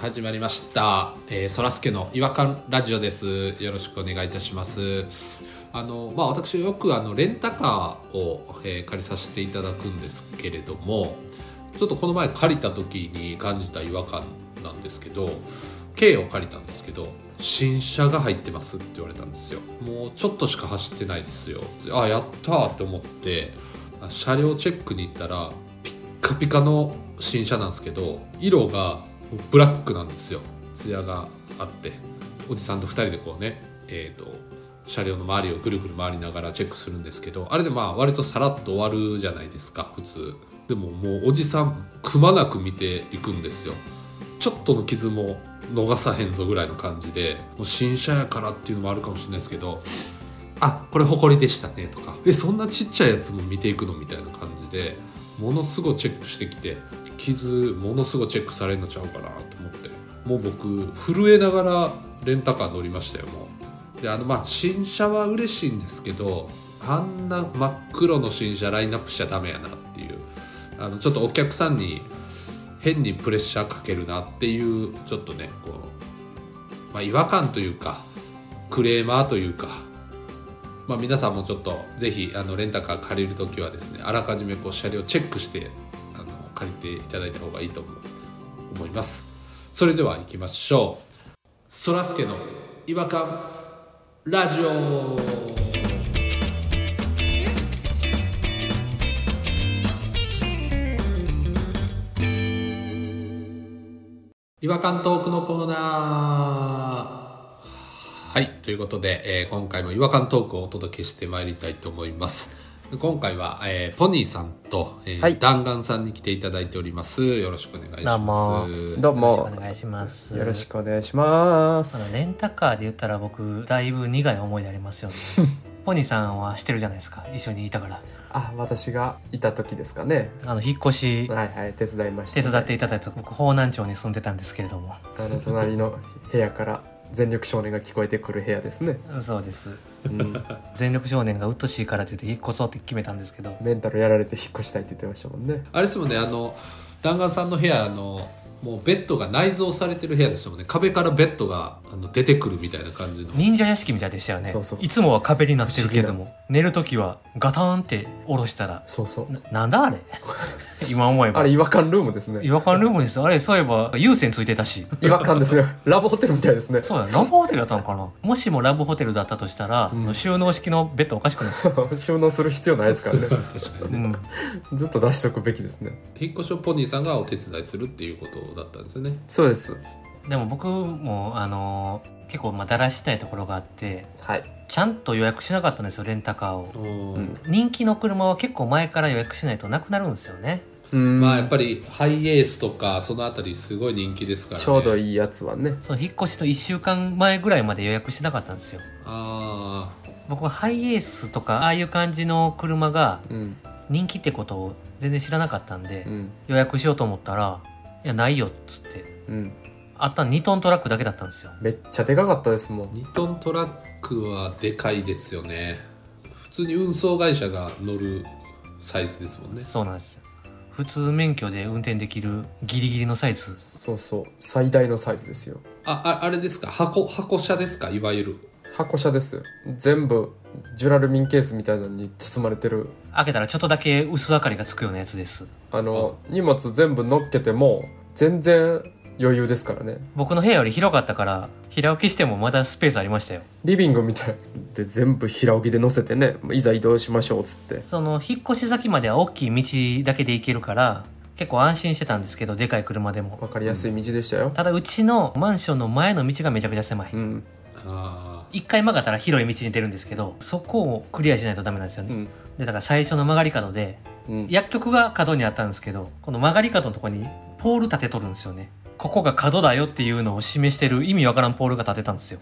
始まりました。えー、そらすけの違和感ラジオです。よろしくお願いいたします。あのまあ私よくあのレンタカーを、えー借りさせていただくんですけれども、ちょっとこの前借りた時に感じた違和感なんですけど、軽を借りたんですけど。新車が入ってますって言われたんですよもうちょっとしか走ってないですよあやったーって思ってあ車両チェックに行ったらピッカピカの新車なんですけど色がブラックなんですよ艶があっておじさんと2人でこうねえー、と車両の周りをぐるぐる回りながらチェックするんですけどあれでまあ割とさらっと終わるじゃないですか普通でももうおじさんくまなく見ていくんですよちょっとの傷も逃さへんぞぐらいの感じでもう新車やからっていうのもあるかもしれないですけどあこれホコリでしたねとかえそんなちっちゃいやつも見ていくのみたいな感じでものすごいチェックしてきて傷ものすごいチェックされるのちゃうかなと思ってもう僕震えながらレンタカー乗りましたよもうであのまあ新車は嬉しいんですけどあんな真っ黒の新車ラインナップしちゃダメやなっていうあのちょっとお客さんに変にプレッシャーかけるなっていうちょっとねこう、まあ、違和感というかクレーマーというかまあ、皆さんもちょっとぜひあのレンタカー借りる時はですねあらかじめこう車両チェックしてあの借りていただいた方がいいと思う思いますそれでは行きましょうそらすけの違和感ラジオ違和感トークのコーナーはい、ということで、えー今回も違和感トークをお届けしてまいりたいと思います。今回は、えーポニーさんと、えーはい弾丸さんに来ていただいております。よろしくお願いしどうまもす。どうよろもしくお願いしますよろしくお願いしまあのすレンタカーで言ったら僕だいぶ苦い思いでありますよね ポニーさんはしてるじゃないですか一緒にいたからあ私がいた時ですかねあの引っ越しはいはい手伝いました、手伝っていただいた僕方南町に住んでたんですけれどもあの隣の部屋から全力少年が聞こえてくる部屋ですね、うんそうですうん、全力少年が鬱陶しいからって言って引っ越そうって決めたんですけどメンタルやられて引っ越したいって言ってましたもんねあれですもんね、あの、弾丸さんの部屋、あの、もうベッドが内蔵されてる部屋でしたもんね。壁からベッドがあの出てくるみたいな感じの。忍者屋敷みたいでしたよねそうそういつもは壁になってるけれども寝る時はガタンって下ろしたらそうそうななんだあれ 今思えばあれ違和感ルームです違ね和感ルームですあれそういえば有線ついてたし違和感です ねラブホテルみたいですねそうだラブホテルだったのかなもしもラブホテルだったとしたら、うん収納式のベッドおかしくないですか、収納する必要ないですから ね確かにね。ずっと出しとくべきですね 引っ越しをポニーさんがお手伝いするっていうことだったんですよね。そうですでも僕もあのー結構まあだらしたいところがあってはいちゃんと予約しなかったんですよレンタカーをん人気の車は結構前から予約しないとなくなるんですよねうんまあやっぱりハイエースとかそのあたりすごい人気ですから、ね、ちょうどいいいやつはねその引っ越しの1週間前ぐらいまで予約してなかったんですよあ僕はハイエースとかああいう感じの車がうん人気ってことを全然知らなかったんで、うん予約しようと思ったら「いやないよ」っつってうんあった2トントラックだけだったんですよめっちゃでかかったですもあん2トントラックはでかいですよね普通に運送会社が乗るサイズですもんねそうなんですよ普通免許で運転できるギリギリのサイズそうそう最大のサイズですよあああれですか箱箱車ですかいわゆる箱車ですよ全部ジュラルミンケースみたいなのに包まれてる開けたらちょっとだけ薄明かりがつくようなやつですあの荷物全部乗っけても全然余裕ですからね僕の部屋より広かったから平置きしてもまだスペースありましたよリビングみたいで全部平置きで乗せてねいざ移動しましょうっつってその引っ越し先までは大きい道だけで行けるから結構安心してたんですけどでかい車でも分かりやすい道でしたよただうちのマンションの前の道がめちゃくちゃ狭いうんあ一回曲がったら広い道に出るんですけどそこをクリアしないとダメなんですようね、んでだから最初の曲がり角でうん薬局が角にあったんですけどこの曲がり角のとこにポール立てとるんですよねここが角だよっていうのを示してる意味わからんポールが立てたんで すよ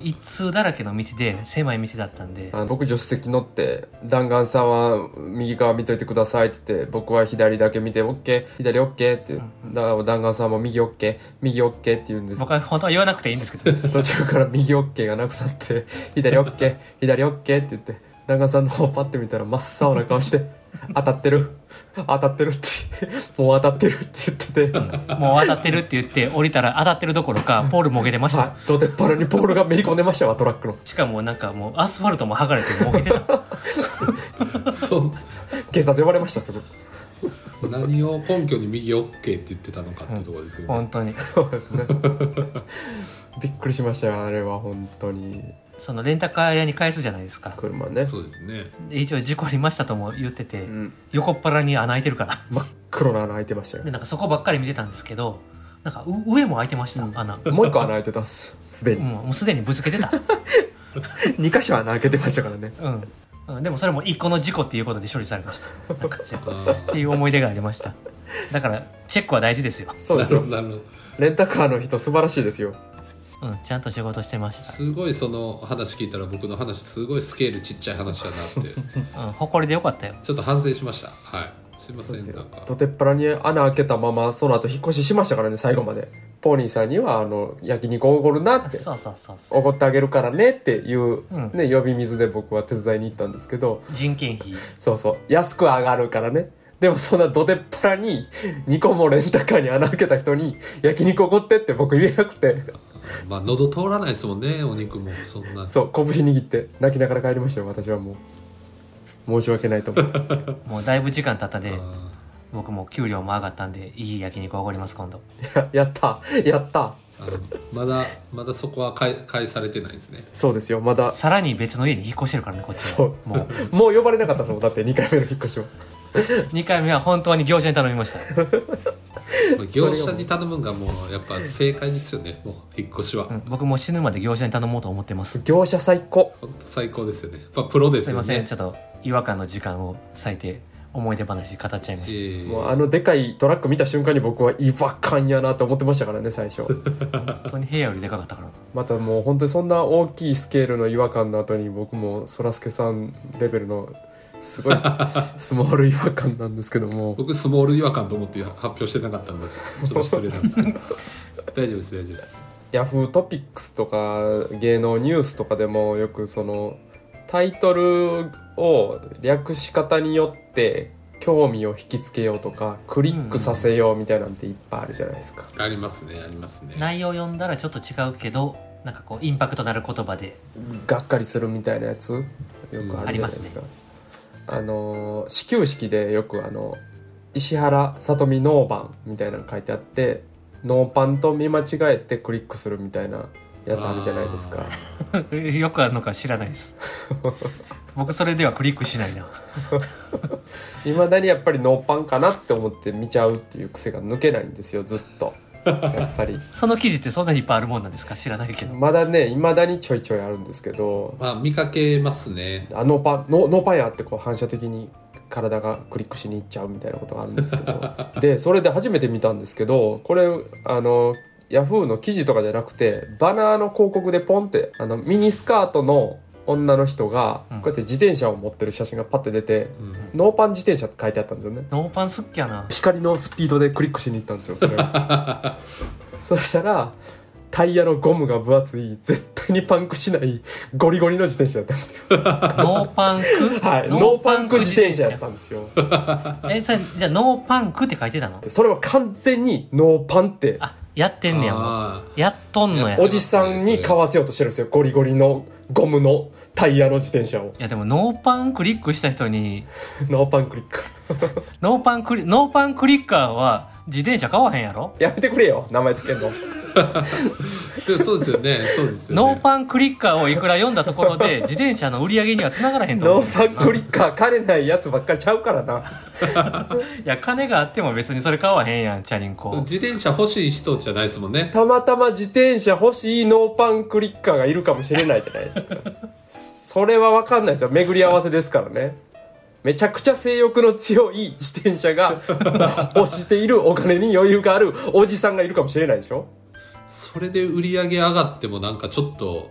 一通だらけの道で狭い道だったんであの僕助手席乗って弾丸さんは右側見といてくださいって言って僕は左だけ見て OK 左 OK ってだ弾丸さんも右 OK 右 OK って言うんですけど僕は本当は言わなくていいんですけ ど途中から右オッケーがなくなって左オッケー左オッケーって言って弾丸さんの方パッて見たら真っ青な顔して 「当たってる当たってる」って 「もう当たってる」って言ってて。もう当たってるって 言って降りたら当たってるどころかポールもげてましたよはい、ドテッパルにポールがめり込んでましたわトラックのしかもなんかもうアスファルトも剥がれてもげて たそう警察呼ばれましたすぐ何を根拠に右 OK って言ってたのかっていうところですよね、本当にそうですね びっくりしましたよあれは本当にそのレンタカー屋に返すじゃないですか車ねそうですねで一応事故りましたとも言ってうて、ん横っ腹に穴開いてるから真っ黒な穴開いてましたよでなんかそこばっかり見てたんですけどなんかう上も開いてました、穴もう一個穴開いてたんですすでうんにもうすでにぶつけてた、 2箇所穴開けてましたからねうんうん、でもそれも一個の事故っていうことで処理されま したなんかあっていう思い出がありましただからチェックは大事ですよ、ーそうでなするよほどなるほどレンタカーの人素晴らしいですようん、ちゃんと仕事してましすごいその話聞いたら僕の話すごいスケールちっちゃい話だなってた、うん、誇りでよかったよちょっと反省しましたはいすいませそうですんなよんかとてっぱらに穴開けたままその後引っ越ししましたからね最後までポーニーさんにはあの焼肉おごるなあってそうそうそうそうおごってあげるからねっていう、うんね呼び水で僕は手伝いに行ったんですけど人件費そうそう安く上がるからねでもそんなどてっぱらに2個もレンタカーに穴開けた人に焼肉おごってって僕言えなくてまあ喉通らないですもんねお肉もそんなそう拳握って泣きながら帰りましたよ私はもう申し訳ないと思ってもうだいぶ時間経ったであ僕も給料も上がったんでいい焼肉おごります今度ややったやったーあのまだまだそこは返返されてないですねそうですよまださらに別の家に引っ越してるからねこっちはそもうもう呼ばれなかったですもんだって2回目の引っ越しは2回目は本当に業者に頼みましたまあ業者に頼むんがもうやっぱ正解ですよねもう引っ越しは、うん僕も死ぬまで業者に頼もうと思ってます業者最高本当最高ですよねまあプロですすいよまねせんちょっと違和感の時間を割いて思い出話語っちゃいまえしーもうあのでかいトラック見た瞬間に僕は違和感やなと思ってましたからね最 初た本当に部屋よりでかかったからまたもう本当にそんな大きいスケールの違和感の後に僕もそらすけさんレベルのす ごいスモール違和感なんですけども僕スモール違和感と思って発表してなかったんでちょっと失礼なんですけ ど大丈夫です大丈夫ですヤフートピックスとか芸能ニュースとかでもよくそのタイトルを略し方によって興味を引きつけようとかクリックさせようみたいなんていっぱいあるじゃないですか、ありますねありますね内容読んだらちょっと違うけどなんかこうインパクトなる言 葉でがっかりするみたいなやつよくあるじゃないですか、あのー始球式でよくあの石原さとみノーバンみたいなの書いてあってノーパンと見間違えてクリックするみたいなやつあるじゃないですかよくあるのか知らないです 僕それではクリックしないないまだにやっぱりノーパンかなって思って見ちゃうっていう癖が抜けないんですよずっとやっぱりその記事ってそんなにいっぱいあるもんなんですか知らないけどまだねいまだにちょいちょいあるんですけどまあ見かけますねあノーパンノノーパンやってこう反射的に体がクリックしに行っちゃうみたいなことがあるんですけ どでそれで初めて見たんですけどこれあのヤフーの記事とかじゃなくてバナーの広告でポンってあのミニスカートの女の人がうんこうやって自転車を持ってる写真がパッて出て、うんノーパン自転車って書いてあったんですよねノーパン好っき やな光のスピードでクリックしに行ったんですよ それをそしたらタイヤのゴムが分厚い絶対にパンクしないゴリゴリの自転車だったんです よノーパンク、はいノーパンク自転車やったんですよえそれじゃあノーパンクって書いてたのでそれは完全にノーパンってあやってんねやもうあやっとんのやいおじさんに買わせようとしてるんですよゴリゴリのゴムのタイヤの自転車をいやでもノーパンクリックした人にノーパンクリックノーパンクリノーパンクリッカーは自転車買わへんやろやめてくれよ名前つけんのーでもそうですよねそうですよね ノーパンクリッカーをいくら読んだところ で自転車の売り上げにはつながらへんとノ思うーパンクリッカーかれないやつばっかりちゃうからないや金があっても別にそれ買わへんやんチャリンコ自転車欲しい人じゃないですもんね たまたま自転車欲しいノーパンクリッカーがいるかもしれないじゃないです かそれは分かんないですよ巡り合わせですからねめちゃくちゃ性欲の強い自転車 が欲しているお金に余裕があるおじさんがいるかもしれないでしょそれで売り上げ上がってもなんかちょっと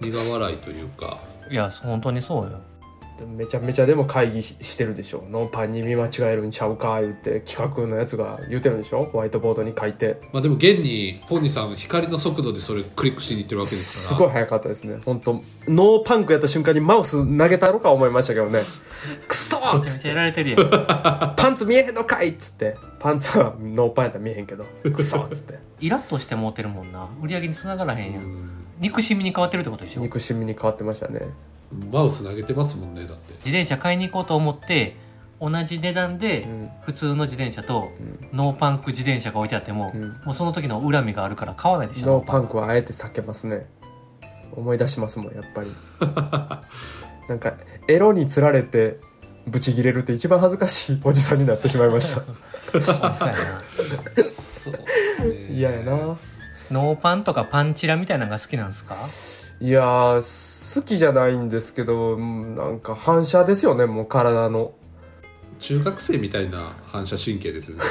苦笑いというかいや本当にそうよでもめちゃめちゃでも会議ししてるでしょノーパンに見間違えるんちゃうか言って企画のやつが言うてるんでしょホワイトボードに書いてまあでも現にポニーさん光の速度でそれクリックしに行ってるわけですすからごい早かったですね本当ノーパンクやった瞬間にマウス投げたろか思いましたけどねクソーっめちゃつめっちゃてやられてるやんパンツ見えへんのかいっつってパンツはノーパンやったら見えへん けどクソーっつってイラッとしてもうてるもんな売り上げに繋がらへんやうんん憎しみに変わってるってことでしょ自憎しみに変わってましたねマウス投げてますもんねだって転車買いに行こうと思って同じ値段うでん普通の自転車とうんノーパンク自転車が置いてあっても、うんもうその時の恨みがあるから買わないでしょノーパンクはあえて避けますね思い出しますもんやっぱり なんかエロにつられてブチギレるって一番恥ずかしいおじさんになってしまいました そうやなそうです ね嫌やなノーパンとかパンチラみたいなのが好きなんですかいやー好きじゃないんですけどうんなんか反射ですよねもう体の中学生みたいな反射神経ですよね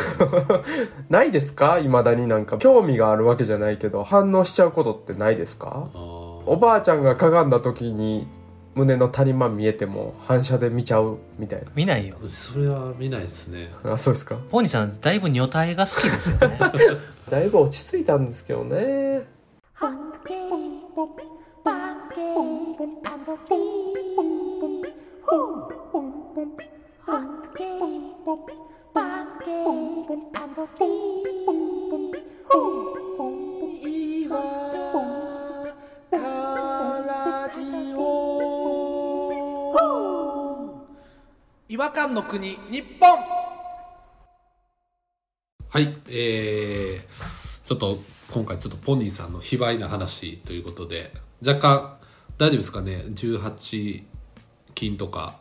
ないですかいまだになんか興味があるわけじゃないけど反応しちゃうことってないですかあーおばあちゃんがかがんだ時に胸の谷間見えても反射で見ちゃうみたい見ないよそれは見ないですねなあそうですかポニーさんだいぶ女体が好きですよ ねだいぶ落ち着いたんですけどね Hungry, 違和感の国日本はいえー、ちょっと今回ちょっとポニーさんの卑猥な話ということで若干大丈夫ですかね18金とか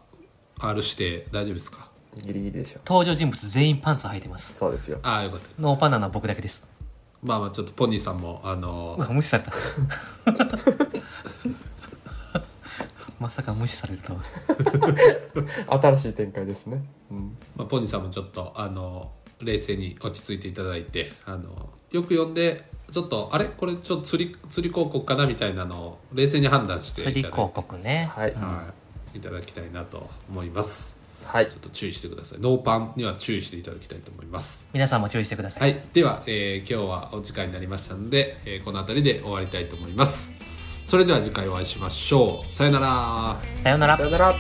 R して大丈夫ですかギリギリでしょ登場人物全員パンツ履いてますそうですよああよかったノーパンなのは僕だけですまあまあちょっとポニーさんもあのうわ無視された まさか無視されるとは新しい展開ですね、うん、まあ、ポニーさんもちょっとあの冷静に落ち着いていただいてあのよく読んでちょっとあれこれちょっと釣り釣り広告かなみたいなのを冷静に判断してい釣ただいりて、広告ねはい、はい、いただきたいなと思いますはいちょっと注意してくださいノーパンには注意していただきたいと思います皆さんも注意してください、はいでは、えー今日はお時間になりましたので、えーこの辺りで終わりたいと思いますそれでは次回お会いしましょうさよならさようならさよなら